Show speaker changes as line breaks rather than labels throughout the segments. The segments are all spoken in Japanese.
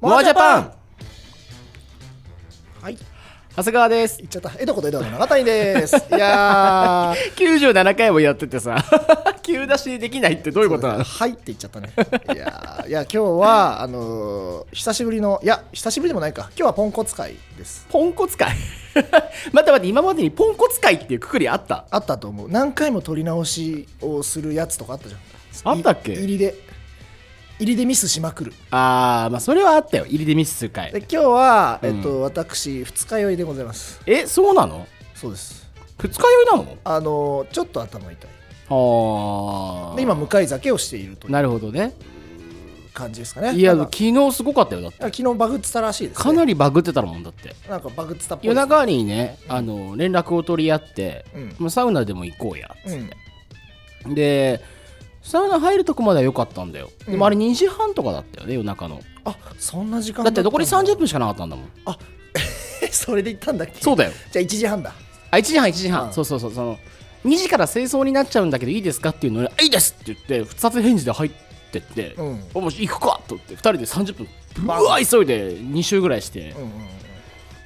モアジャパン
はい
長谷川です
言っちゃった江戸こと江戸の永谷ですいやー
97回もやっててさ 急出しでできないってどういうことなの
はいって言っちゃったねいやーいや今日はあのー久しぶりのいや久しぶりでもないか今日はポンコツ会です
ポンコツ会 待って待って今までにポンコツ会っていうくくりあった
あったと思う何回も撮り直しをするやつとかあったじゃん
あったっけ
い入りで入りでミスしまくる
あーまあそれはあったよ入りでミスする会
で今日は、
うん
えっと、私二日酔いでございます
えそうなの
そうです
二日酔いなの
あのーちょっと頭痛い
ああ
で今向かい酒をしているという
なるほどね
感じですかね
いや
なんか
昨日すごかったよだって
昨日バグってたらしいです、ね、
かなりバグってたもんだって
なんかバグってたっぽい
夜
です
中にねあの連絡を取り合って、
うん
もうサウナでも行こうや
うん
でサウナ入るとこまでは良かったんだよ、でもあれ2時半とかだったよね夜中の
あそんな時間
だって残り
ったんだ
30分しかなかったんだもん
あ それで行ったんだっけ
そうだよ
じゃあ1時半だ
あ1時半1時半、
うん
そうそうそうその2時から清掃になっちゃうんだけどいいですかっていうのに「あいいです!」って言って二つ返事で入ってって「
うん
おもし行くか!」と言って2人で30分ぶ
バ
わー急いで2周ぐらいして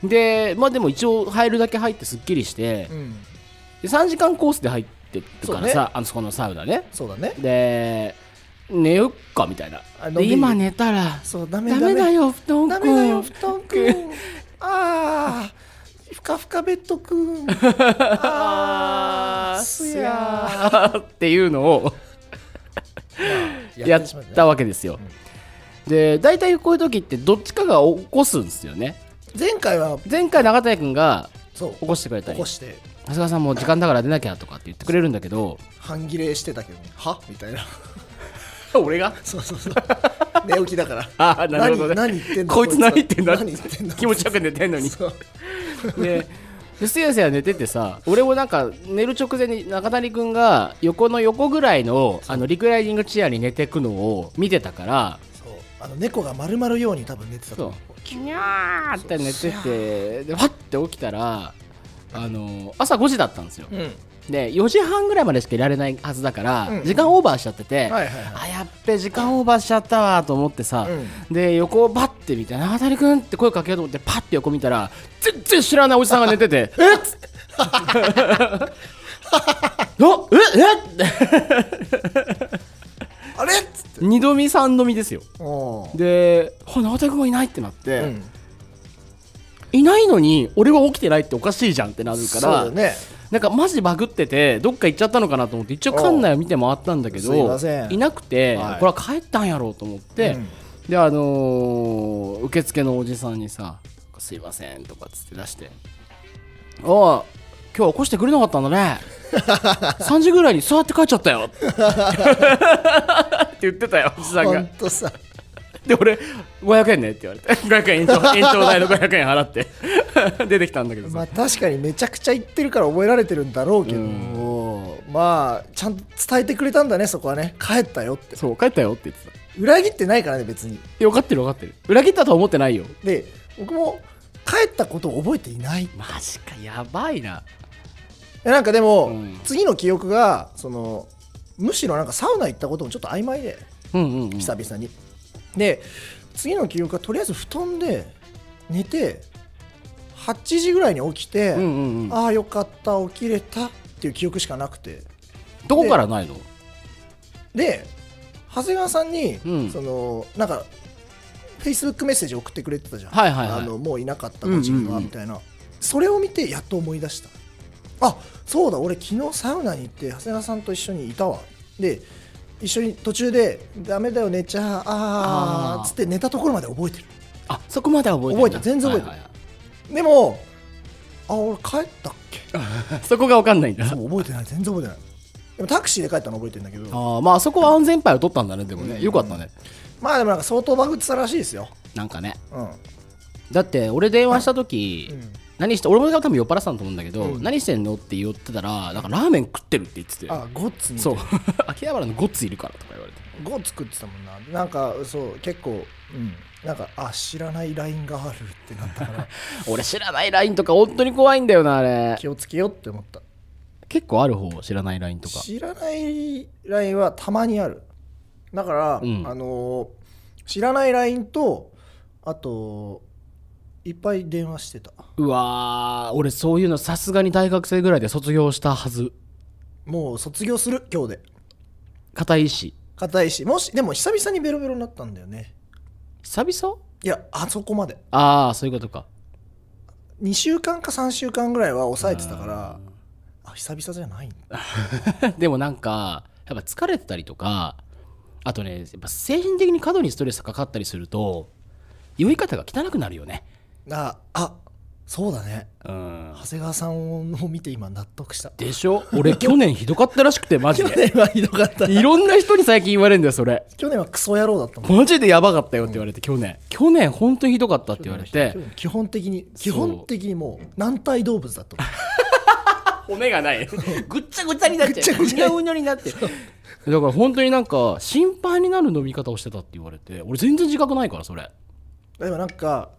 う、ん
でまあでも一応入るだけ入ってすっきりして、
うんうん
で3時間コースで入ってるから
そう
さ、あのそこのサウナね
そうだね
で寝よっかみたいな
あの
で今寝たら
そうダメ
ダメだよ布団くん
ダメだよ布団く んああふかふかベッドく ん
あ
ああ
ー
す
す
や
やーっていうのを
ー
やっ
しまね
たわけですよ、で大体こういう時ってどっちかが起こすんですよね
前回は
前回永谷君が
そう
起こしてくれた
起
り
こ
長
して
谷川さんもう時間だから出なきゃとかって言ってくれるんだけど
半切れしてたけどねはみたいな
俺が
そうそうそう寝起きだから
ああなるほどね
何何言ってんだ
こいつ何言ってんだ
何言ってんだ
気持ちよく寝てんの に
そう
でですやすや寝ててさ俺もなんか寝る直前に中谷君が横の横ぐらいのあのリクライニングチェアに寝てくのを見てたから
そうあの猫が丸まるように多分寝てたと
そう
思う
キュニャーって寝ててでわって起きたらあの朝5時だったんですよ、
うん
で4時半ぐらいまでしかいられないはずだから、
うん
時間オーバーしちゃってて、
はいはいは
あやっべ時間オーバーしちゃったわと思ってさ、
う
で横をバッて見て「永谷君」って声かけようと思ってパッて横見たら全然知らないおじさんが寝て て「えっ!」つってなええっ!」
あれっつって
二度見三度見ですよ
おー
で「あ永谷君がいない」ってなって、
うん
いないのに俺は起きてないっておかしいじゃんってなるか
そうだ
ら、
よね
なんかマジバグっててどっか行っちゃったのかなと思って一応館内を見て回ったんだけ
おうすい
ど
ません
なくて、
はい
これは帰ったんやろうと思って、
うん
であのー受付のおじさんにさ「すいません」とかっつって出して「おあ今日起こしてくれなかったんだ ね3時ぐらいに座って帰っちゃったよ」って言ってたよおじさん
ほ
が
んとさ
で俺500円ねって言われて500円延長延長代の500円払って出てきたんだけどさ、
まあ確かにめちゃくちゃ言ってるから覚えられてるんだろうけどもまあちゃんと伝えてくれたんだねそこはね帰ったよって
そう帰ったよって言ってた
裏切ってないからね別に
いや分かってる分かってる裏切ったとは思ってないよ
で僕も帰ったことを覚えていない
マジかやばいな
えなんかでも、
うん
次の記憶がそのむしろなんかサウナ行ったこともちょっと曖昧で
うんうん、うん、
久々に、で次の記憶がとりあえず布団で寝て8時ぐらいに起きて、
うんうんうん
ああよかった起きれたっていう記憶しかなくて
どこからないの
で長谷川さんに、
うん
そのなんかフェイスブックメッセージ送ってくれてたじゃん、
はいはいはい
あのもういなかった個人
うんうん
は
うん
みたいな、それを見てやっと思い出したあそうだ俺昨日サウナに行って長谷川さんと一緒にいたわで一緒に途中で「ダメだよ寝ちゃああ
あー
ー」つって寝たところまで覚えてる
あそこまでは覚えて
覚えてる全然覚えてる
いい
でもあ俺帰ったっけ
はい そこが分かんないんだあ
そう覚えてない全然覚えてないでもタクシーで帰ったの覚えてるんだけど
ーまあそこは安全牌を取ったんだねでもね、
うん
よかったね
まあでもなんか相当バグってたらしいですよ
なんかね
うん
だって俺電話した時、
うん
何して俺も多分酔っ払ってたと思うんだけど、
うん
何してんのって言ってたらなんかラーメン食ってるって言ってて
あゴッツに
そう 秋葉原のゴッツいるからとか言われて
5作ってたもんななんかそう結構、うん、なんかあ知らないラインがあるってなったから
俺知らないラインとか本当に怖いんだよなあれ
気をつけようって思った
結構ある方知らないラインとか
知らないラインはたまにあるだから、
うん
あのー知らないラインとあといっぱい電話してた
うわー俺そういうのさすがに大学生ぐらいで卒業したはず
もう卒業する今日で
硬いし
硬いしもしでも久々にベロベロになったんだよね
久々
いやあそこまで
ああそういうことか
2週間か3週間ぐらいは抑えてたからあ久々じゃないんだ
でもなんかやっぱ疲れてたりとかあとねやっぱ精神的に過度にストレスかかったりすると酔い方が汚くなるよね
ああそうだね
うん
長谷川さんを見て今納得した
でしょ 俺去年ひどかったらしくてマジ
去
で
年はひどかった
いろんな人に最近言われるんだよそれ
去年はクソ野郎だ ったもん
マジでやばかったよって言われて去年去年本当にひどかったって言われて
去年基本的に基本的にもう軟体動物だと
骨がないぐっちゃぐちゃになっ
ぐっ
ち
ち
ゃ
ゃ
う
ぐ
う
ちゃ
にゃうにゃになってだから本当になんか心配になる飲み方をしてたって言われて俺全然自覚ないからそれ
でもなんか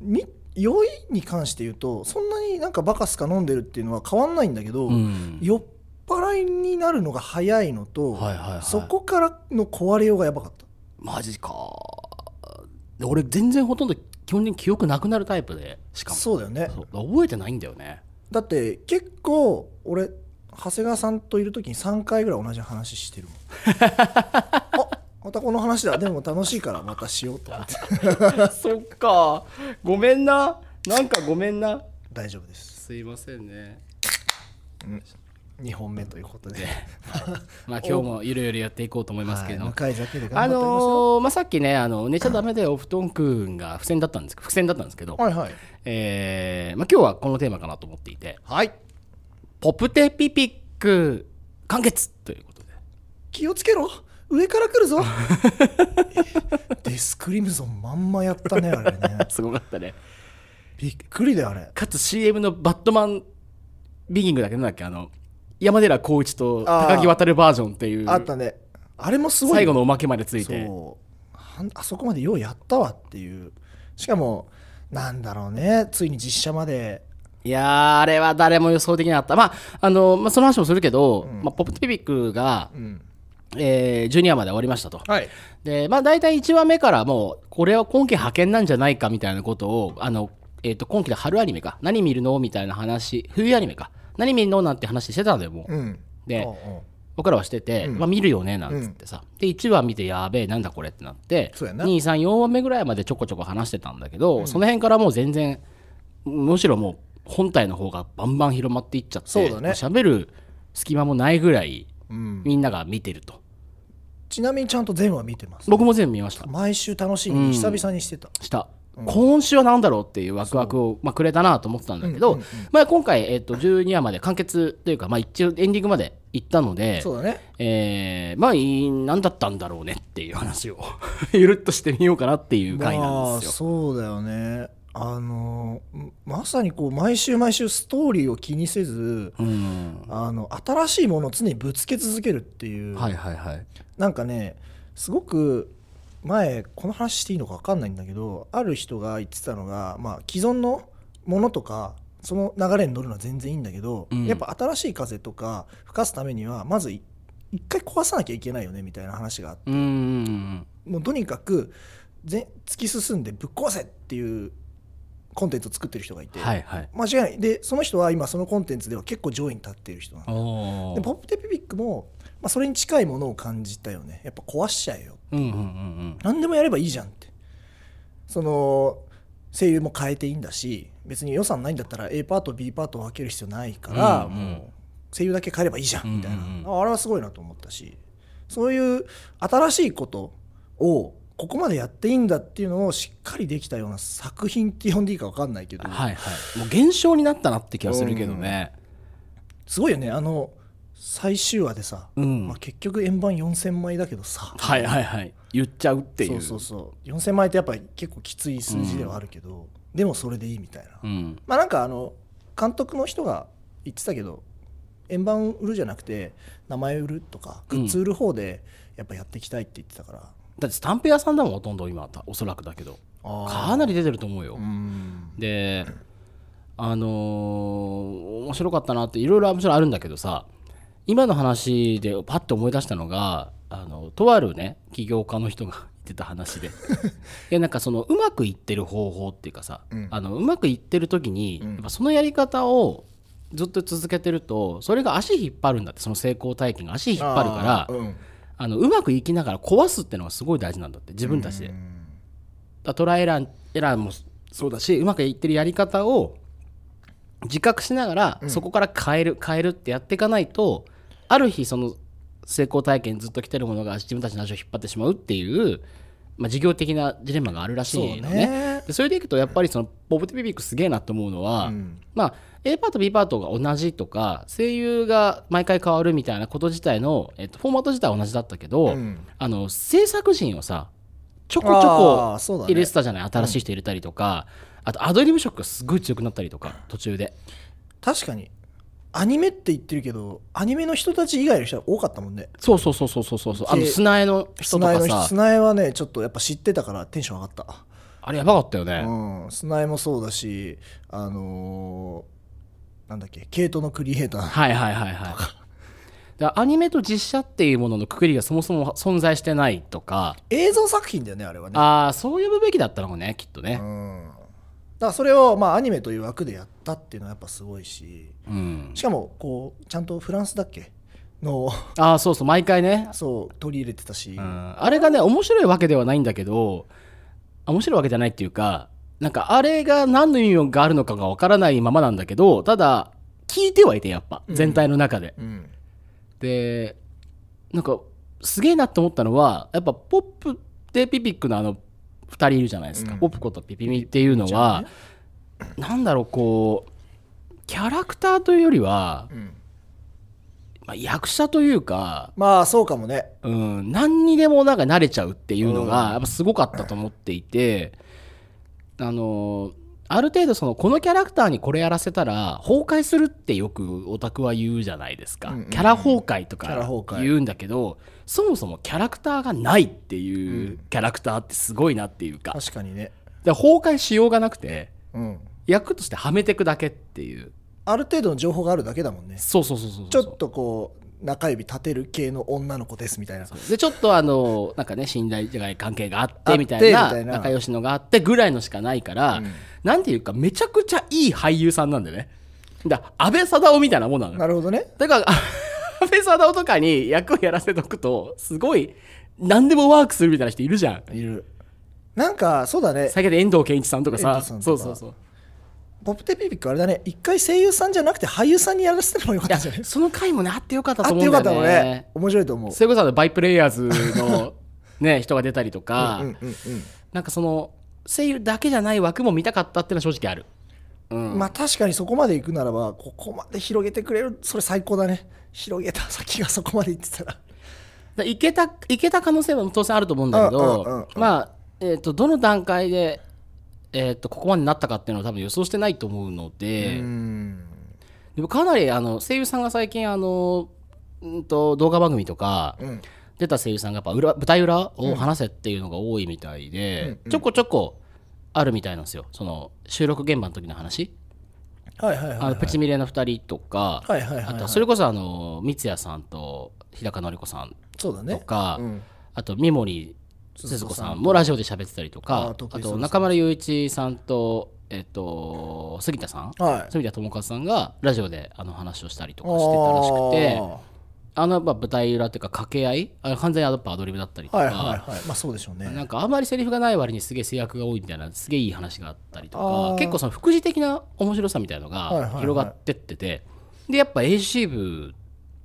み酔いに関して言うとそんなになんかバカスカ飲んでるっていうのは変わんないんだけど、
うん
酔っ払いになるのが早いのと、
はいはいはい
そこからの壊れようがやばかった
マジかで俺全然ほとんど基本的に記憶なくなるタイプでしかも
そうだよね
そう覚えてないんだよね
だって結構俺長谷川さんといる時に3回ぐらい同じ話してる もんあまたこの話だでも楽しいからまたしようと思って
そっかごめんななんかごめんな
大丈夫です
すいませんね
2本目ということで
まあ今日もゆるゆるやっていこうと思いますけど、
はい向井だけで
あ
頑張っておりますよ、
のーまあ、さっきね、あの寝ちゃダメだよ、お布団くんが付箋だったんですけど、付箋だったんですけど、
はいはい
えーまあ、今日はこのテーマかなと思っていて、
はい
ポプテピピック完結ということで、
気をつけろ上から来るぞ デスクリムゾンまんまやったねあれね
すごかったね。
びっくりだよあれ
かつ CM のバットマンビギングだけなんだっけ、あの、山寺宏一と高木渡るバージョンっていう、
あったねあれもすごい
最後のおまけまでついて、
そうはんあそこまでようやったわっていうしかもなんだろうねついに実写まで
いやー、あれは誰も予想できなかった。まあ、あの、まあ、その話もするけど、まあ、ポプテピピックが、
うん
えー、ジュニアまで終わりましたと。
はい
で、まあ、大体1話目からもう、これは今期派遣なんじゃないかみたいなことを、あの、えっ、と、今期で春アニメか、何見るのみたいな話、冬アニメか、何見るのなんて話してたんだよ、もう。
うん
で
うんうん
僕らはしてて、まあ、見るよね、なんつってさ。で、1話見て、やべえ、なんだこれってなって、
そうや
2、
な
3、4話目ぐらいまでちょこちょこ話してたんだけど、その辺からもう全然、むしろもう、本体の方がバンバン広まっていっちゃって、
そうだね
も喋る隙間もないぐらい、
うん
みんなが見てると。
ちなみにちゃんと全話見てます
僕も全部見ました。
毎週楽しみに久々にしてた、
した、今週は何だろうっていうワクワクを、まあ、くれたなと思ってたんだけど、まあ、今回、えっと12話まで完結というか、まあ、一応エンディングまで行ったの で
そうだね
えーまあいい何だったんだろうねっていう話を ゆるっとしてみようかなっていう回な
ま
ん
あ
ですよ。
そうだよねあのまさにこう毎週毎週ストーリーを気にせず、
うん
あの新しいものを常にぶつけ続けるっていう、
はいはいはい。
なんかねすごく前この話していいのか分かんないんだけどある人が言ってたのが、まあ、既存のものとかその流れに乗るのは全然いいんだけど、
うん
やっぱ新しい風とか吹かすためにはまずい一回壊さなきゃいけないよねみたいな話があって
うんうん
もうとにかくぜ突き進んでぶっ壊せっていうコンテンツを作ってる人がい
うん
て、
はいはい。
間違いないでその人は今そのコンテンツでは結構上位に立っている人なの
お
で
ー
ポップテピピックも、まあ、それに近いものを感じたよねやっぱ壊しちゃえよ
うんうんうん
何でもやればいいじゃんってその声優も変えていいんだし別に予算ないんだったら A パート B パートを分ける必要ないから、
うんうん
もう声優だけ変えればいいじゃんみたいな、
うんうんう
ああれはすごいなと思ったしそういう新しいことをここまでやっていいんだっていうのをしっかりできたような作品って呼んでいいか分かんないけど、
うん。はいはい。もう減少になったなって気はするけどね。
すごいよねあの最終話でさ、
うん
まあ、結局円盤4000枚だけどさ、
はいはいはい。言っちゃうっていう。
そうそうそう4000枚ってやっぱり結構きつい数字ではあるけど、でもそれでいいみたいな、
うん
まあなんかあの監督の人が言ってたけど円盤売るじゃなくて名前売るとかグッズ売る方でやっぱやっていきたいって言ってたから、
だってスタンプ屋さんだもんほとんど今おそらくだけど
あー
かなり出てると思うよ、
うん
であのー面白かったなっていろいろもちろんあるんだけどさ今の話でパッと思い出したのがあのとあるね起業家の人がってた 話でいやなんかそのうまくいってる方法っていうかさ、
うん
あのうまくいってる時に、
うん
やっぱそのやり方をずっと続けてるとそれが足引っ張るんだってその成功体験が足引っ張るから
あーうん
あのうまくいきながら壊すってのがすごい大事なんだって自分たちで、
う
だか
ん
らトライエラーエラーもそうだしうまくいってるやり方を自覚しながら、そこから変える変えるってやっていかないとある日その成功体験ずっと来てるものが自分たちの足を引っ張ってしまうっていう、まあ、事業的なジレンマがあるらし
そう
いのね
ね
でそれでいくとやっぱりそのボブ・テピピックすげえなと思うのは、
うん
まあ、A パート B パートが同じとか声優が毎回変わるみたいなこと自体の、えっと、フォーマット自体は同じだったけど、
うん
あの制作陣をさちょこち
あ
ょ
ーそうだ
こ
ね
入れてたじゃない、新しい人入れたりとか、あとアドリブ色がすごい強くなったりとか途中で
確かにアニメって言ってるけどアニメの人たち以外の人は多かったもんね
そうそうそうそうそうそうあの
で
砂絵の人と
砂江
か
の人
さ
砂江はねちょっとやっぱ知ってたからテンション上がった
あれやばかったよね、
うん、砂江もそうだしあのーなんだっけ系統のクリエイター
はいはいはいはいだからアニメと実写っていうもののくくりがそもそも存在してないとか、
映像作品だよねあれはね、
ああそう呼ぶべきだったのもねきっと
う
ね
ん、だからそれをまあアニメという枠でやったっていうのはやっぱすごいし
うん
しかもこうちゃんとフランスだっけの
ああそうそう毎回ね、
そう取り入れてたし、
うん、あれがね面白いわけではないんだけどあ面白いわけじゃないっていうかなんかあれが何の意味があるのかがわからないままなんだけどただ聞いてはいてやっぱ
うん
全体の中で、
うん
でなんかすげえなと思ったのはやっぱポップでピピックのあの2人いるじゃないですか、
うん
ポップコとピピミっていうのは、なんだろうこうキャラクターというよりは、
うん
まあ、役者というか
まあそうかもね
うん、何にでもなんか慣れちゃうっていうの
う
が
ん
やっぱすごかったと思っていて、あのある程度そのこのキャラクターにこれやらせたら崩壊するってよくオタクは言うじゃないですか、
うんうんうん
キャラ崩壊と
キャラ
か
崩壊
言うんだけどそもそもキャラクターがないっていううんキャラクターってすごいなっていうか,、
確かにね、
で崩壊しようがなくて
うん、
役としてはめてくだけっていう
ある程度の情報があるだけだもんね
そうそうそうそうそう
ちょっとこう中指立てる系の女の子ですみたいな
でちょっとあのなんかね信頼じゃない関係があっ
あってて
みたいな
みたいな
仲良しのがあってぐらいのしかないから、
うん
なんていうかめちゃくちゃいい俳優さんなんだよねだ安倍貞夫みたいなもんなのよ
なるほどね
だからあ 安倍貞夫とかに役をやらせとくとすごい何でもワークするみたいな人いるじゃん
いるなんかそうだね
最近で遠藤憲一さんとか
遠
さ
藤さん
そう
とか
そうそう
ポップテピピックあれだね一回声優さんじゃなくて俳優さんにやらせてもよかっ
いや
たんじゃない
その回もねあってよかった
あ
と
っ
思
て
うん
よ
だ
か
よ
ったもんね
ね
面白いと思う
それこそあのバイプレイヤーズのね人が出たりとか、
うんうんうん
なんかその声優だけじゃない枠も見たかったっていうのは正直ある、うん
まあ確かにそこまで行くならばここまで広げてくれるそれ最高だね広げた先がそこまで行ってたら
だいけたいけた可能性も当然あると思うんだけど、
うんうんうんうん
まあ、えー、とどの段階で、えー、とここまでなったかっていうのは多分予想してないと思うので、
うん
でもかなりあの声優さんが最近あのうんと動画番組とか
うん
出た声優さんがやっぱ裏舞台裏を話せっていうのが多いみたいで、
うんうん
ちょこちょこあるみたいなんですよその収録現場の時の話、
はいはいはい
あのプチミレの2人とか、
はいはいはい
あ
はい
とそれこそあの三ツ矢さんと日高のり子さん
そうだ
と
ね
か、
うん
あと三森鈴子さんもラジオで喋ってたりとか
あ
あ
時々
と中村雄一さんと,、えっと杉田さん
はい
杉田智和さんがラジオであの話をしたりとかしてたらしくて
あー
あのやっぱ舞台裏っていうか掛け合いあれ完全にやっぱアドリブだったりとか、
はいはいはいまあそうでしょうね
なんかあんまりセリフがない割にすげえ制約が多いみたいなすげえいい話があったりと
あ
か
ー
結構その副次的な面白さみたいの
はいは
が
いはい
広がってってて、でやっぱ AC 部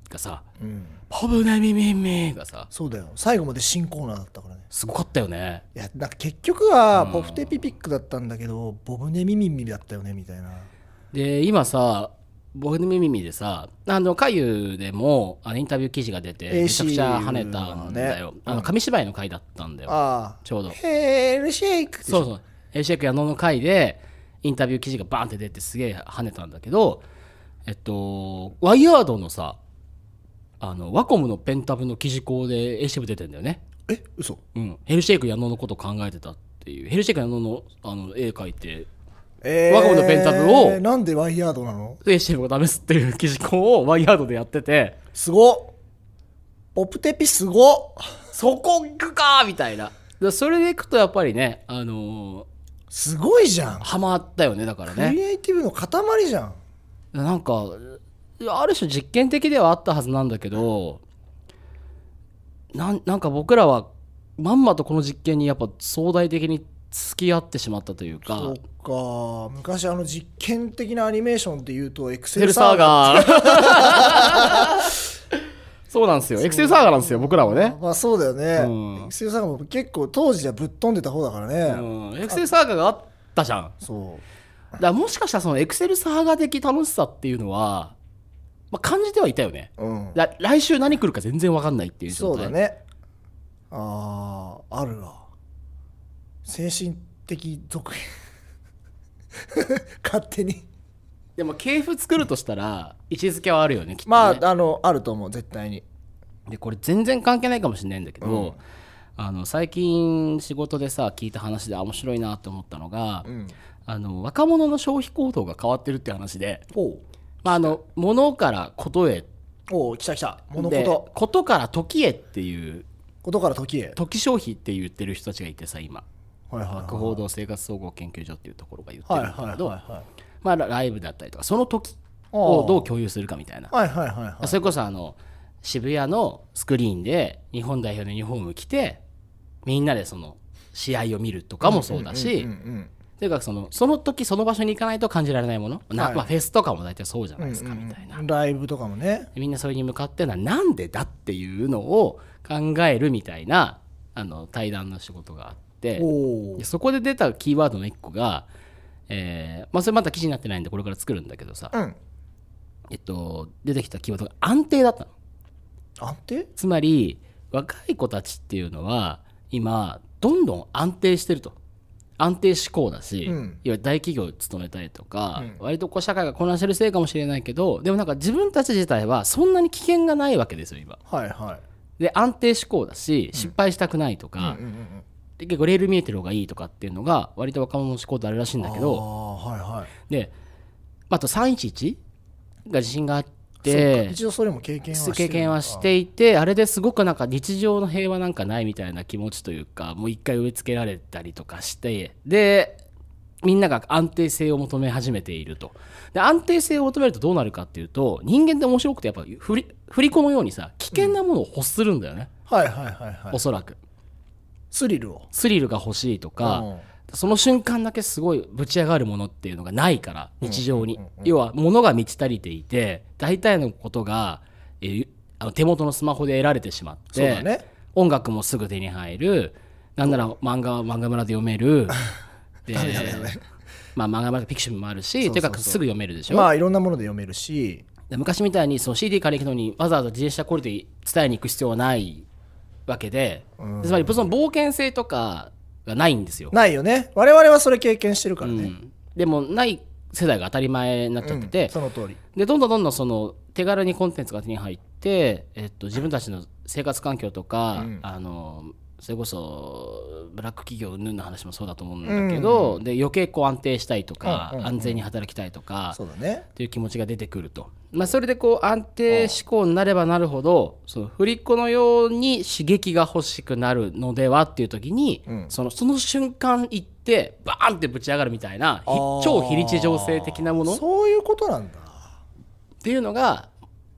がさ
うん
「パブナミミミ」がさ
そうだよ最後まで新コーナーだったからね
すごかったよね
いやなんか結局はポフテピピックだったんだけど、ボブネミミミだったよねみたいな
で今さ僕の耳でさあのかゆでもあのインタビュー記事が出て
AC
めちゃくちゃ跳ねたんだよ、
ね
あの紙芝居の回だったんだよ
ああ
ちょうど
ヘルシェイク
そう
う
そう AC ク矢野の回でインタビュー記事がバーンって出てすげえ跳ねたんだけどえっとワイヤードのさあのワコムのペンタブの記事項で AC 部出てんだよね
え嘘
うんヘルシェイク矢野のこと考えてたっていうヘルシェイク矢野のあの絵描いて
え
ワゴンのペンタブを
なんでワイヤードなの
AC 部がダメですっていう記事項をワイヤードでやってて
すごっポプテピすごっ
そこ行くかみたいならそれでいくとやっぱりね、あの
すごいじゃん
ー、ハマったよねだから
ク
ね
リエイティブの塊じゃん
なんかある種実験的ではあったはずなんだけどなんなんか僕らはまんまとこの実験にやっぱ壮大的に付き合ってしまったというか
そうか昔あの実験的なアニメーションっていうとエク
エクセ
セル
ルサ
サ
ー
ーガー
ガー そうなんですよエクセルサーガーなんですよ僕らはね、
まあそうだよね、
うん
エクセルサーガーも結構当時ではぶっ飛んでた方だからね、
うん、エクセルサーガーがあったじゃん
そう
だからもしかしたらそのエクセルサーガー的楽しさっていうのは、まあ、感じてはいたよね
うん、
だ来週何来るか全然わかんないっていう
そ
状
うだ
態
ねあああるわ精神的続編 勝手に
でも系譜作るとしたら位置づけはあるよねきっとね、
まあ、あのあると思う絶対に
でこれ全然関係ないかもしれないんだけど、
うん
あの最近仕事でさ聞いた話であ面白いなって思ったのが、
うん
あの若者の消費行動が変わってるって話で、
おう
まあ、あの物からことへ
おう来た来た物
で
事
ことから時へっていう
ことから時へ
時消費って言ってる人たちがいてさ今
はいはい
博報堂生活総合研究所っていうところが言って
はい
るん
はい
だけど、
はいは
まあ、ラライブだったりとかその時をどう共有するかみたいない
はいはいはいはい
それこそあの渋谷のスクリーンで日本代表のユニフォーム着てみんなでその試合を見るとかもそうだし、
うんうん
とにかくそのその時その場所に行かないと感じられないもの、な
はい
まあ、フェスとかも大体そうじゃ
う
なんいですかみたいな、
うんうんライブとかもね
みんなそれに向かってのはなんでだっていうのを考えるみたいなあの対談の仕事があって
おお
でそこで出たキーワードの一個が、えーまあ、それまた記事になってないんでこれから作るんだけどさ、
うん
えっと、出てきたキーワードが安定だったの。
安定
つまり若い子たちっていうのは今どんどん安定してると安定志向だし、
うん
いわゆる大企業に勤めたりとか、
うん
割とこう社会が混乱してるせいかもしれないけどでもなんか自分たち自体はそんなに危険がないわけですよ今
はいはい
で安定志向だし失敗したくないとか、
うんうんうんうん
で結構レール見えてる方がいいとかっていうのが割と若者の志向であるらしいんだけ
あ
ど
あはいはい
であと311が地震があっ
そってか一応それも経験はしてる
経験はしていてあれですごくなんか日常の平和なんかないみたいな気持ちというかもう一回植え付けられたりとかしてでみんなが安定性を求め始めているとで安定性を求めるとどうなるかっていうと人間って面白くてやっぱ振り振り子のようにさ危険なものを欲するんだよね、
はいはいはいはい
おそらく
スリルを
スリルが欲しいとか、
うん
その瞬間だけすごいぶち上がるものっていうのがないから日常に、要は物が満ち足りていて大体のことが、えーあの手元のスマホで得られてしまって
そうだね
音楽もすぐ手に入るなんなら漫画は漫画村で読め るで、まあ、漫画村でピクシブもあるしとにかくすぐ読めるでしょ、
まあいろんなもので読めるし
で昔みたいにその CD 借りに行くのにわざわざ自転車こりで伝えに行く必要はないわけで、
うん
つまりその冒険性とかがないんですよ。
ないよね我々はそれ経験してるから
う
ね
んでもない世代が当たり前になっちゃって
う
て
ん、その通り
でどんどんどんどんその手軽にコンテンツが手に入って、えっと、自分たちの生活環境とか、
うん
あのそれこそブラック企業云々の話もそうだと思うんだけど、で余計こう安定したいとか、
うんうんうん
安全に働きたいとか
そうだね
っていう気持ちが出てくると、まあ、それでこう安定志向になればなるほどその振り子のように刺激が欲しくなるのではっていう時に、
うん
そのその瞬間行ってバーンってぶち上がるみたいなひ
あー
超非日常性的なものっ
そういうことなんだ
ていうのが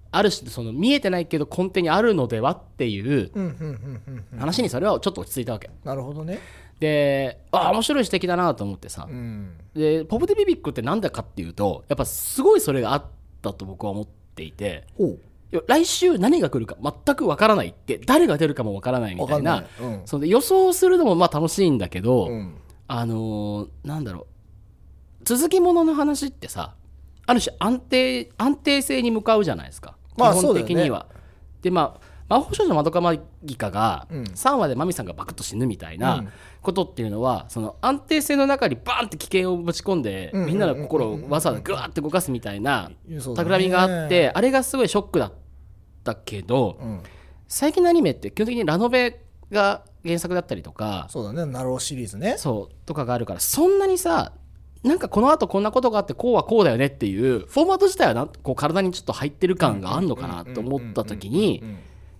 ある種その見えてないけど根底にあるのではっていう
うんうんうんうんうん
話にそれはちょっと落ち着いたわけ。
なるほどね
でああ面白い指摘だなと思ってさ、
うん
でポプティビビックって何だかっていうとやっぱすごいそれがあったと僕は思っていて。
おう
いや来週何が来るか全くわからないって誰が出るかもわからないみ
わ
た
か
い
ん
な
ないうん
その予想するのもまあ楽しいんだけど、
うん
あのーなんだろう続きものの話ってさある種安定安定性に向かうじゃないですか、
ま
基
あそ
本
うだよね
的には。でまあ魔法少女まどかマギカが
うん
3話でマミさんがバクッと死ぬみたいうなんことっていうのはその安定性の中にバーンって危険をぶち込んで
うんうんうんうん
みんなの心をわざわざグワーって動かすみたいな
そうだね
企みがあってあれがすごいショックだったけど
うん
最近のアニメって基本的にラノベが原作だったりとか
そうだねナローシリーズね
そうとかがあるからそんなにさなんかこのあとこんなことがあってこうはこうだよねっていうフォーマット自体はなこう体にちょっと入ってる感があるのかなと思った時にい
うん
わ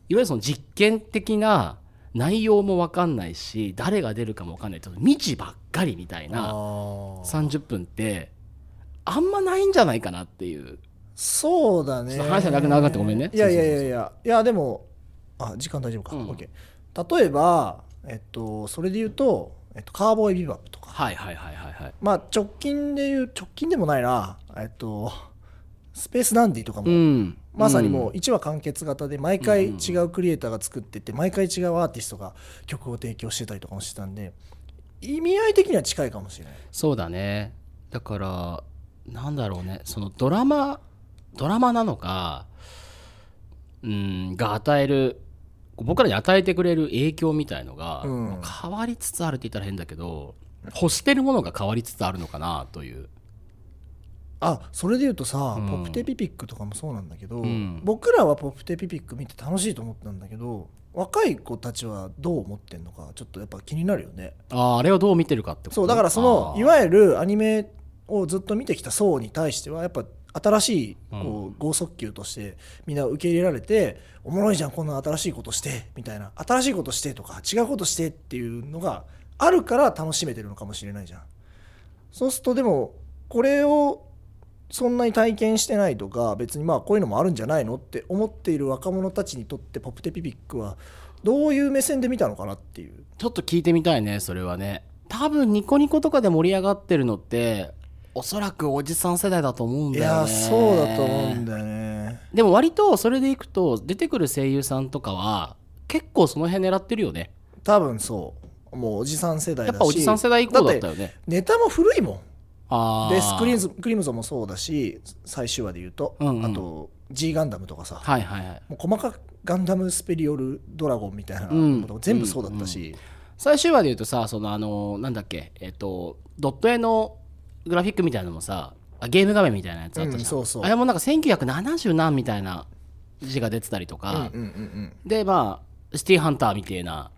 ゆるその実験的な内容も分かんないし誰が出るかも分かんないちょっと未知ばっかりみたいな
あー
30分ってあんまないんじゃないかなっていう
そうだね
ちょっと話がなく長かったごめんね
いやいやいやいやいやでもあ時間大丈夫か、
うん
オッケー例えばえっとそれで言うと、えっと、カーボーイビバップとか
はいはいはいはいはい
まあ直近で言う直近でもないなえっとスペースダンディとかも、
うん
まさにもう
うん
1話完結型で毎回
うんうん
違うクリエイターが作ってて毎回違うアーティストが曲を提供してたりとかもしてたんで意味合い的には近いかもしれない
そうだねだからなんだろうねそのドラマドラマなのかうんが与える僕らに与えてくれる影響みたいのが、
うん
変わりつつあるって言ったら変だけど欲してるものが変わりつつあるのかなという
あそれで言うとさ、
うん
ポプテピピックとかもそうなんだけど、
うん
僕らはポプテピピック見て楽しいと思ったんだけど若い子たちはどう思ってんのかちょっとやっぱ気になるよね
あーあれをどう見てるかってこと
そうだからそのい
ゆる
わゆるアニメをずっと見てきた層に対してはやっぱ新しいこう剛速球としてみんな受け入れられておもろいじゃんこんな新しいことしてみたいな新しいことしてとか違うことしてっていうのがあるから楽しめてるのかもしれないじゃん。そうするとでもこれをそんなに体験してないとか別にまあこういうのもあるんじゃないのって思っている若者たちにとってポプテピピックはどういう目線で見たのかなっていう。
ちょっと聞いてみたいねそれはね多分ニコニコとかで盛り上がってるのっておそらくおじさん世代だと思うん
い
だ
や
よ
ー
ね
そうだと思うんだよね。
でも割とそれでいくと出てくる声優さんとかは結構その辺狙ってるよね
多分そうもうおじさん世代
や
だ
っ
し
ぱおじさん世代以降だった
って
よね
ネタも古いも
あ
ん
ー
でスクリーンズクリムゾンもそうだし最終話で言うと、
うんうん
あと G ガンダムとかさ、
はいはいはい
もう細かくガンダムスペリオルドラゴンみたいな
うん
ことも全部そうだったし、
最終話で言うとさそのあのなんだっけえっとドット絵のグラフィックみたいなのもさあゲーム画面みたいなやつあったじゃん、
うんそうそう
あれもなんか1970何みたいな字が出てたりと
うんうん
か、
うんうん
でまあシティーハンターみたいな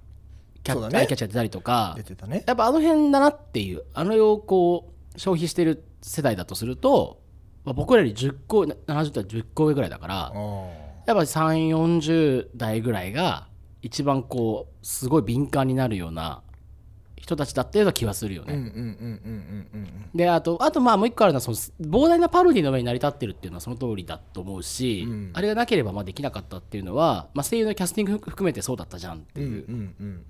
キャ
そう
ッ,、
だね
キャッチャー出たりとか
出てたね
やっぱあの辺だなっていうあのをこう消費してる世代だとすると、まあ、僕らより10個70代10個上ぐらいだからやっぱ3040代ぐらいが一番こうすごい敏感になるような人たちだっていうような気はするよ
うんうん
ね。
うんうんうんうんうん
であとあとまあもう一個あるのはその膨大なパロディの上に成り立ってるっていうのはその通りだと思うし、
うん
あれがなければまあできなかったっていうのは、まあ、声優のキャスティング含めてそうだったじゃんって
うんう
い
ん
う
うん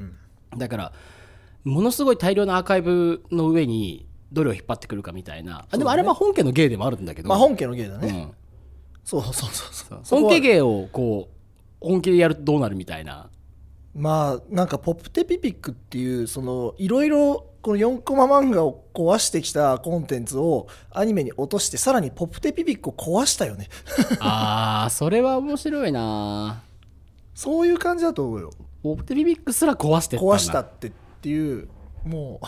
うん
だからものすごい大量のアーカイブの上にどれを引っ張ってくるかみたいな、あでもあれは本家の芸でもあるんだけど、
まあ本家の芸だ
う
ね、
ん
そうそうそうそうそこ
本
は
家芸をこう本気でやるとどうなるみたい な
まあなんか「ポップテピピック」っていうそのいろいろこの4コマ漫画を壊してきたコンテンツをアニメに落としてさらに「ポップテピピック」を壊したよね
あーそれは面白いな
そういう感じだと思うよ
ポップテビビックすら壊してったんだ
壊したってっていうも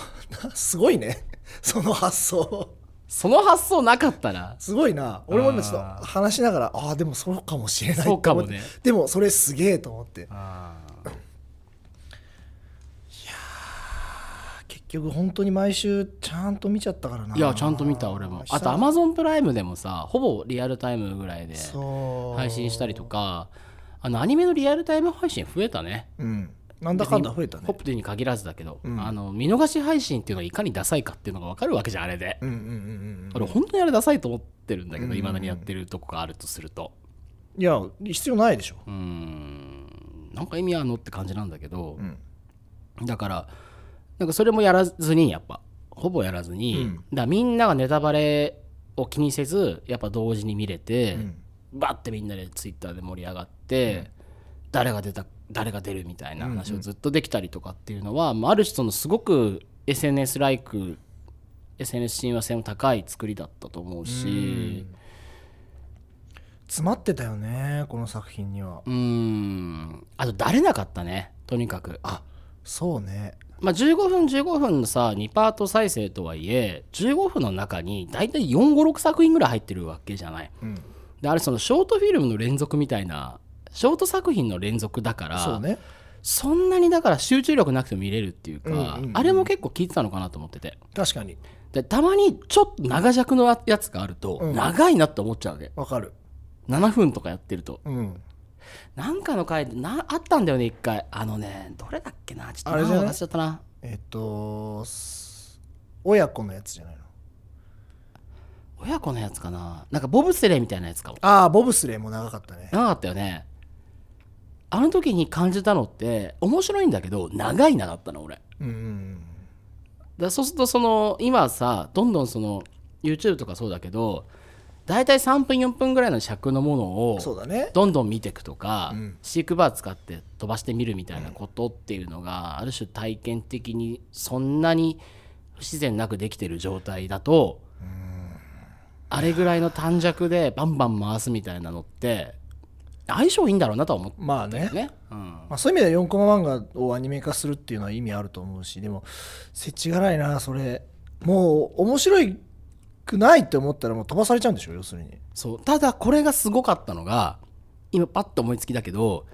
う なすごいねその発想
その発想なかったな
すごいな俺も今
あー
ちょっと話しながらああーでもそうかもしれない
そうかもね
と思ってでもそれすげえと思って結局本当に毎週ちゃんと見ちゃったからない
いやちゃんと見た俺もあとアマゾンプライムでもさほぼリアルタイムぐらいで
そう
配信したりとかあのアニメのリアルタイム配信増えたね
うんなんだかんだ増えたね
ホップティに限らずだけど、
うん
あの見逃し配信っていうのがいかにダサいかっていうのが分かるわけじゃんあれで、
うんうんうんうんうん
俺本当にあれダサいと思ってるんだけど
うん
いま、未だにやってるとこがあるとすると
いや必要ないでしょ、
うーんなんか意味あんのって感じなんだけど、だからなんかそれもやらずにやっぱほぼやらずに、
うん
だからみんながネタバレを気にせずやっぱ同時に見れて、
うん
バッてみんなでツイッターで盛り上がって、誰が出た誰が出るみたいな話をずっとできたりとかっていうのは、まあ、ある種そのすごく SNS ライク SNS 親和性の高い作りだったと思うし
詰まってたよねこの作品には
うーんあとだれなかったねとにかく
あそうね
まあ、15分15分のさ2パート再生とはいえ15分の中に大体456作品ぐらい入ってるわけじゃない
うん
であれそのショートフィルムの連続みたいなショート作品の連続だから
そうね
そんなにだから集中力なくても見れるっていうか、
うんうんうん
あれも結構効いてたのかなと思ってて
確かに
でたまにちょっと長尺のやつがあると、
うん
長いなって思っちゃうわけ
わかる
7分とかやってると
うん
なんかの回でなあったんだよね一回あのねどれだっけなちょっと
あれ
名
じゃ
前
な
忘
い
れちゃったな
えっとす親子のやつじゃないの
親子のやつかななんかボブスレーみたいなやつかも
ああボブスレーも長かったね
長かったよねあの時に感じたのって面白いんだけど長いなだったの俺
うんうんうん
だそうするとその今さどんどんその YouTube とかそうだけど大体3分4分ぐらいの尺のものを
そうだね
どんどん見ていくとか、
うん
シークバー使って飛ばしてみるみたいなことっていうのが、ある種体験的にそんなに不自然なくできてる状態だと、あれぐらいの短尺でバンバン回すみたいなのって相性いいんだろうなとは思っ
まあね
たね。うん
まあ、そういう意味では4コマ漫画をアニメ化するっていうのは意味あると思うしでもせちがらいなそれもう面白くないって思ったらもう飛ばされちゃうんでしょ要するに
そうただこれがすごかったのが今パッと思いつきだけど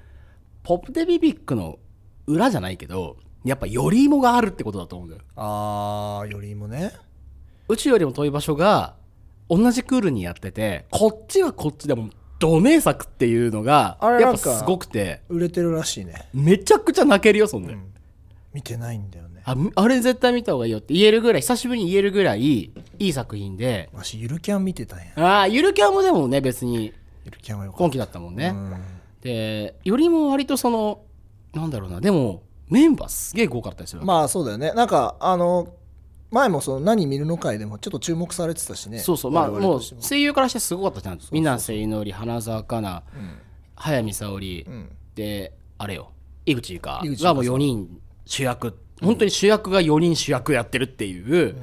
ポップデビビックの裏じゃないけどやっぱよりもがあるってことだと思うんだよ
あーよりもね
宇宙よりも遠い場所が同じクールにやっててこっちはこっちでもど名作っていうのが
あれ
やっ
な
ぱ
んか
すごくて
売れてるらしいね、
めちゃくちゃ泣けるよそんで、
うん見てないんだよね
ああれ絶対見た方がいいよって言えるぐらい久しぶりに言えるぐらいいい作品で
わしゆるキャン見てたんや
ああゆるキャンもでもね別に
ゆるキャンはよかっ
今期だったもんね、
たうん
でよりも割とそのなんだろうなでもメンバーすげえ豪華だったですよ、
まあそうだよねなんかあの前もその何見るの回でもちょっと注目されてたしね
そうそうまあ
我々
も
と
う
しても
声優からしてすごかったじゃんみなせいのり花澤香菜
うん
早見沙織、
うん
であれよ井口ゆか
井口ゆか
がもう4人主役本当に主役が4人主役やってるっていう、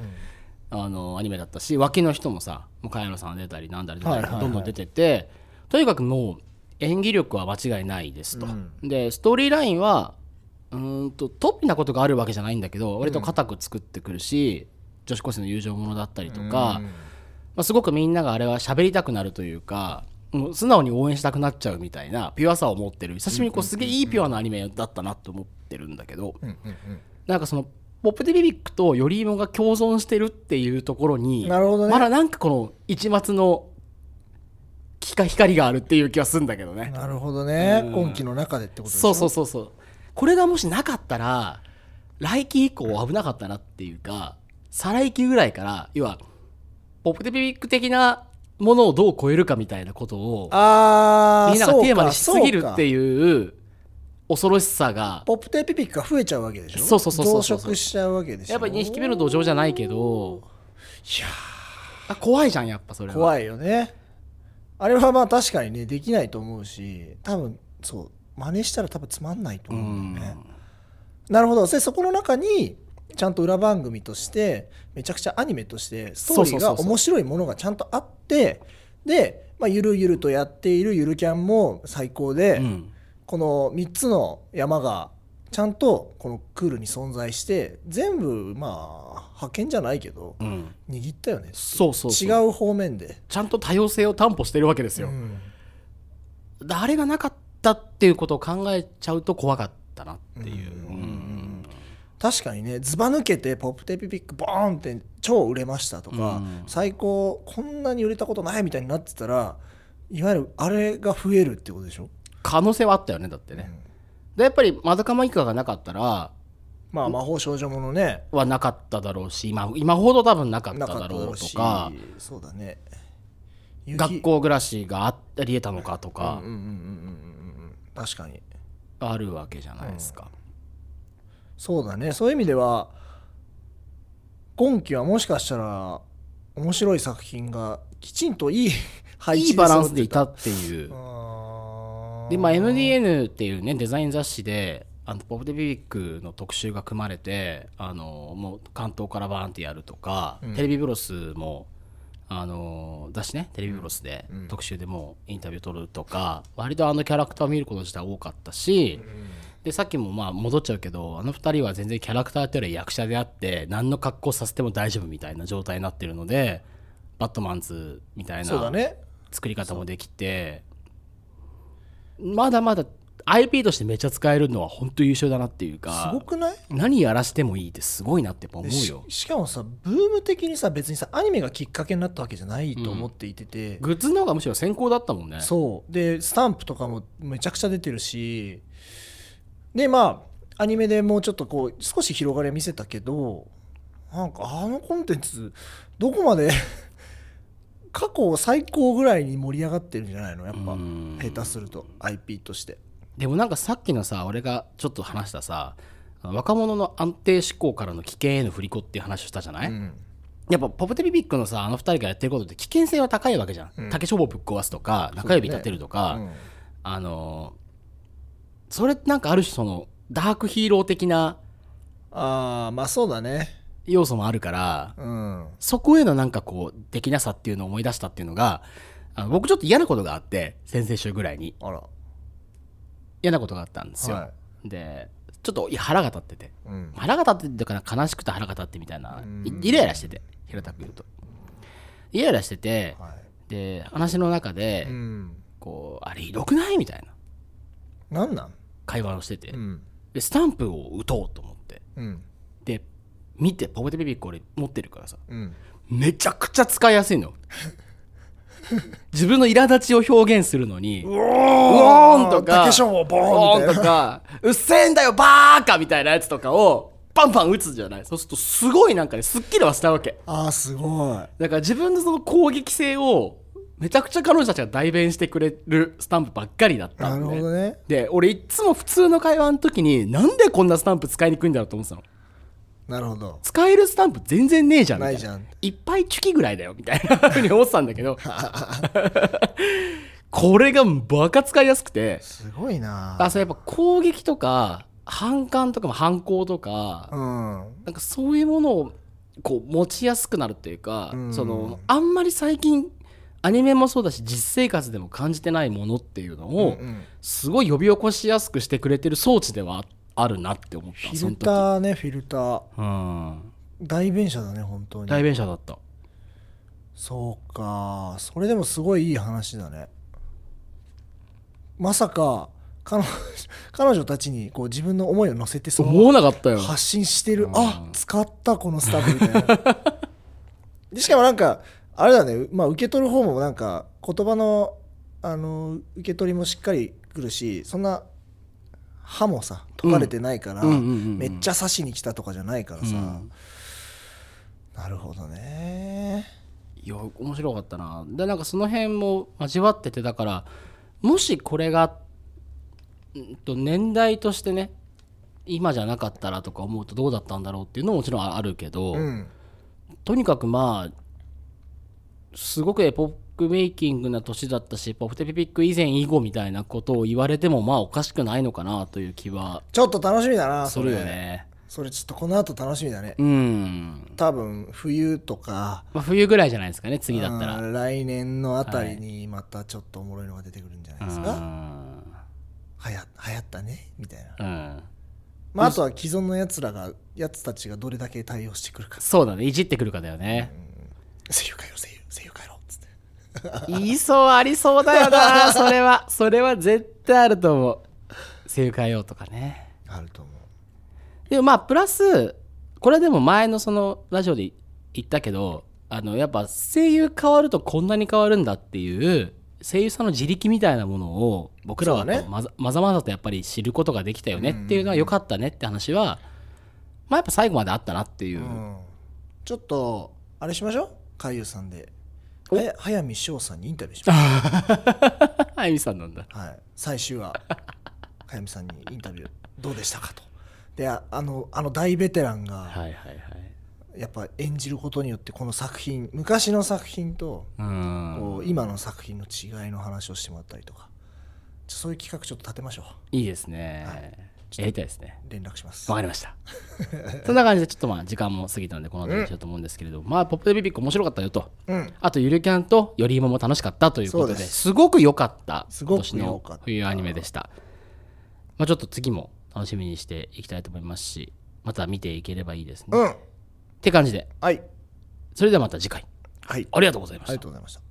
あのアニメだったし脇の人もさもう茅野さん出たりなんだり出たり
はいはいはい
どんどん出ててとにかくもう演技力は間違いないですと、
うん
でストーリーラインはうーんと突飛なことがあるわけじゃないんだけど割と固く作ってくるし、女子高生の友情ものだったりとか、
うん
まあ、すごくみんながあれは喋りたくなるというかもう素直に応援したくなっちゃうみたいなピュアさを持ってる久しぶりにこうすげえいいピュアなアニメだったなと思ってるんだけど
うんうんうん
なんかそのポップデビビックとよりいもが共存してるっていうところに
なるほどね
まだなんかこの一抹の光光があるっていう気はするんだけどね
なるほどね、
うん
今期の中でってことでしょ
そうそうそうそうこれがもしなかったら来期以降危なかったなっていうか再来期ぐらいから要はポップデビビック的なものをどう超えるかみたいなことを
あー
みんながテーマにしすぎる
そうか
っていう恐ろしさが
ポップテーピピックが増えちゃうわけでしょ
そうそうそうそう
増殖しちゃうわけでしょ
やっぱり2匹目の土壌じゃないけど
いや
あ怖いじゃんやっぱそれ
ー
は
怖いよねあれはまあ確かにねできないと思うし多分そう真似したら多分つまんないと
う
思うん
ん
だよねなるほどでそこの中にちゃんと裏番組としてめちゃくちゃアニメとしてストーリー
そ
が
うそうそうそう
面白いものがちゃんとあってで、まあ、ゆるゆるとやっているゆるキャンも最高で、
うん
この3つの山がちゃんとこのクールに存在して全部まあ派遣じゃないけど
うん
握ったよね
そうそうそう
違う方面で、
ちゃんと多様性を担保してるわけですよ、
うん
あれがなかったっていうことを考えちゃうと怖かったなっていう、
うん
うん
確かにねずば抜けて「ポップテピピックボーン!」って超売れましたとか、
うん
最高こんなに売れたことないみたいになってたらいわゆるあれが増えるってことでしょ、
可能性はあったよねだってね、でやっぱり「まどかマイカ」がなかったら
まあ魔法少女ものね
はなかっただろうし今今ほど多分なかった
なかった
だ
だろ
ろ
う
うと
し
か
そうだね
学校暮らしがあったり得たのかと
か
か
うんうんうんうんうんうん確かに
あるわけじゃないですか、
そうだねそういう意味では今期はもしかしたら面白い作品がきちんといい配置
いいバランスでいたっていう、で
で
まあ MDN っていうねデザイン雑誌であのポップデビビックの特集が組まれてあのもう関東からバーンってやるとか、
うん
テレビブロスもあの雑誌ねテレビブロスで、
うん
特集でもうインタビュー取るとか割とあのキャラクターを見ること自体多かったし、でさっきもまあ戻っちゃうけどあの2人は全然キャラクターというよりは役者であって何の格好させても大丈夫みたいな状態になってるのでバットマンズみたいな
そうだね
作り方もできてまだまだ IP としてめっちゃ使えるのは本当優秀だなっていう
す
か
ごくない
何やらしてもいいってすごいなってやっぱ思う
し
よ
しかもさブーム的にさ別にさアニメがきっかけになったわけじゃないと思っていてて、
グッズの方がむしろ先行だったもんね
そうでスタンプとかもめちゃくちゃ出てるしでまあアニメでもうちょっとこう少し広がりは見せたけどなんかあのコンテンツどこまで 過去最高ぐらいに盛り上がってるんじゃないのやっぱ
うん
下手すると IP として
でもなんかさっきのさ俺がちょっと話したさ若者の安定志向からの危険への振り子っていう話をしたじゃない、
うん
やっぱポポテピピックのさあの二人がやってることって危険性は高いわけじゃん、
うん
竹書房ぶっ壊すとか中指立てるとか、
うん
あのーそれってなんかある種そのダークヒーロー的な
ああまあそうだね
要素もあるから
うん
そこへのなんかこうできなさっていうのを思い出したっていうのがあの僕ちょっと嫌なことがあって先々週ぐらいに
あら
嫌なことがあったんですよ、
は
でちょっといや腹が立ってて
い、うん、
腹が立ってっていうかな悲しくて腹が立ってみたいな
うん
いイライラしてて平たく言うとイライラしてて
は
で話の中
い、
で
うん
こうあれひどくないみたいな
なんなん
会話をしてて
うん
でスタンプを打とうと思って
うん
で見てポケテビビック俺持ってるからさ
うん
めちゃくちゃ使いやすいの 自分の苛立ちを表現するのに
う
う
お
ーんとか
竹書をボ
お
ー
ー
ンみたい
ん
な
とか うっせえんだよバーカみたいなやつとかをバンバン打つじゃないそうするとすごいなんかねすっきりはしたわけ
ああすごい
だから自分のその攻撃性をめちゃくちゃ彼女たちが代弁してくれるスタンプばっかりだった
なんる
で
ほどね
で俺いっつも普通の会話の時になんでこんなスタンプ使いにくいんだろうと思ってたの
なるほど
使えるスタンプ全然ねえじゃんみた
ないじゃん
いっぱいチュキぐらいだよみたいなふうに思ってたんだけ どこれがバカ使いやすくて
すごいな
あそうやっぱ攻撃とか反感とかも反抗とか、
うん
なんかそういうものをこう持ちやすくなるというか、
うん
そのあんまり最近アニメもそうだし実生活でも感じてないものっていうの
うんう
を
ん
すごい呼び起こしやすくしてくれてる装置ではああるなって思っ
フ
た
ィル
その
ターねフィルター
時うん
代弁者だね本当
代
に
弁者だった
そうかそれでもすごいいい話だねまさか彼女彼女たちにこう自分の思いを乗せてその
思わなかったよ
発信してる
うん
あ使ったこのスタッフみたいな でしかもなんかあれだね、まあ、受け取る方もなんか言葉のあの受け取りもしっかりくるしそんな歯もさ解かれてないから、
うんうんうんうんうん
めっちゃ刺しに来たとかじゃないからさ、
うん
なるほどね
いや面白かったなでなんかその辺も味わっててだからもしこれがうんと年代としてね今じゃなかったらとか思うとどうだったんだろうっていうのももちろんあるけど、
うん
とにかくまあすごくエポックメイキングな年だったしポフテピピック以前以後みたいなことを言われてもまあおかしくないのかなという気は
ちょっと楽しみだな
す
そ
る
れ
よね
それちょっとこの後楽しみだね
うん、
多分冬とか
まあ、冬ぐらいじゃないですかね次だったら
うん来年のあたりにまたちょっとおもろいのが出てくるんじゃないですか、はや流行ったねみたいな、
うんうん
まあ、あとは既存のやつらがやつたちがどれだけ対応してくるか
そうだねいじってくるかだよね、
「声優変えろ声優声優変えろ」っつって
言いそうありそうだよ なそれはそれは絶対あると思う正解ようとかね
あると思う
でもまあプラスこれでも前のそのラジオで言ったけどあのやっぱ声優変わるとこんなに変わるんだっていう声優さんの自力みたいなものを僕らは
そうだね
まざ,、まざまざとやっぱり知ることができたよねっていうのは良かったねって話は、まあやっぱ最後まであったなっていう、
うんちょっとあれしましょう海優さんで
お
はや早見翔さんにインタビューしましょ
あゆみさんなんだ
う、はい、最終話早見さんにインタビューどうでしたかとでああのあの大ベテランが
はいはいはい
やっぱ演じることによってこの作品昔の作品と
うん
こう今の作品の違いの話をしてもらったりとかちょそういう企画ちょっと立てましょう
いいですね、
はい
やりたいですね
連絡します
わかりました。 そんな感じで、ちょっとまあ時間も過ぎたので、この辺りにしようと思うんですけれども、まあ、ポップデビビック面白かったよと、
うん
あと、ゆるキャンとよりいもも楽しかったということで、
そうです
すごく良かった、
すごく
今
良
年
かっ
の
た
冬アニメでした。まあ、ちょっと次も楽しみにしていきたいと思いますし、また見ていければいいですね。
う
っ
ん
て感じで、
はい
それではまた次回、
はい
ありがとうございまし
あ
た
りが。とうございました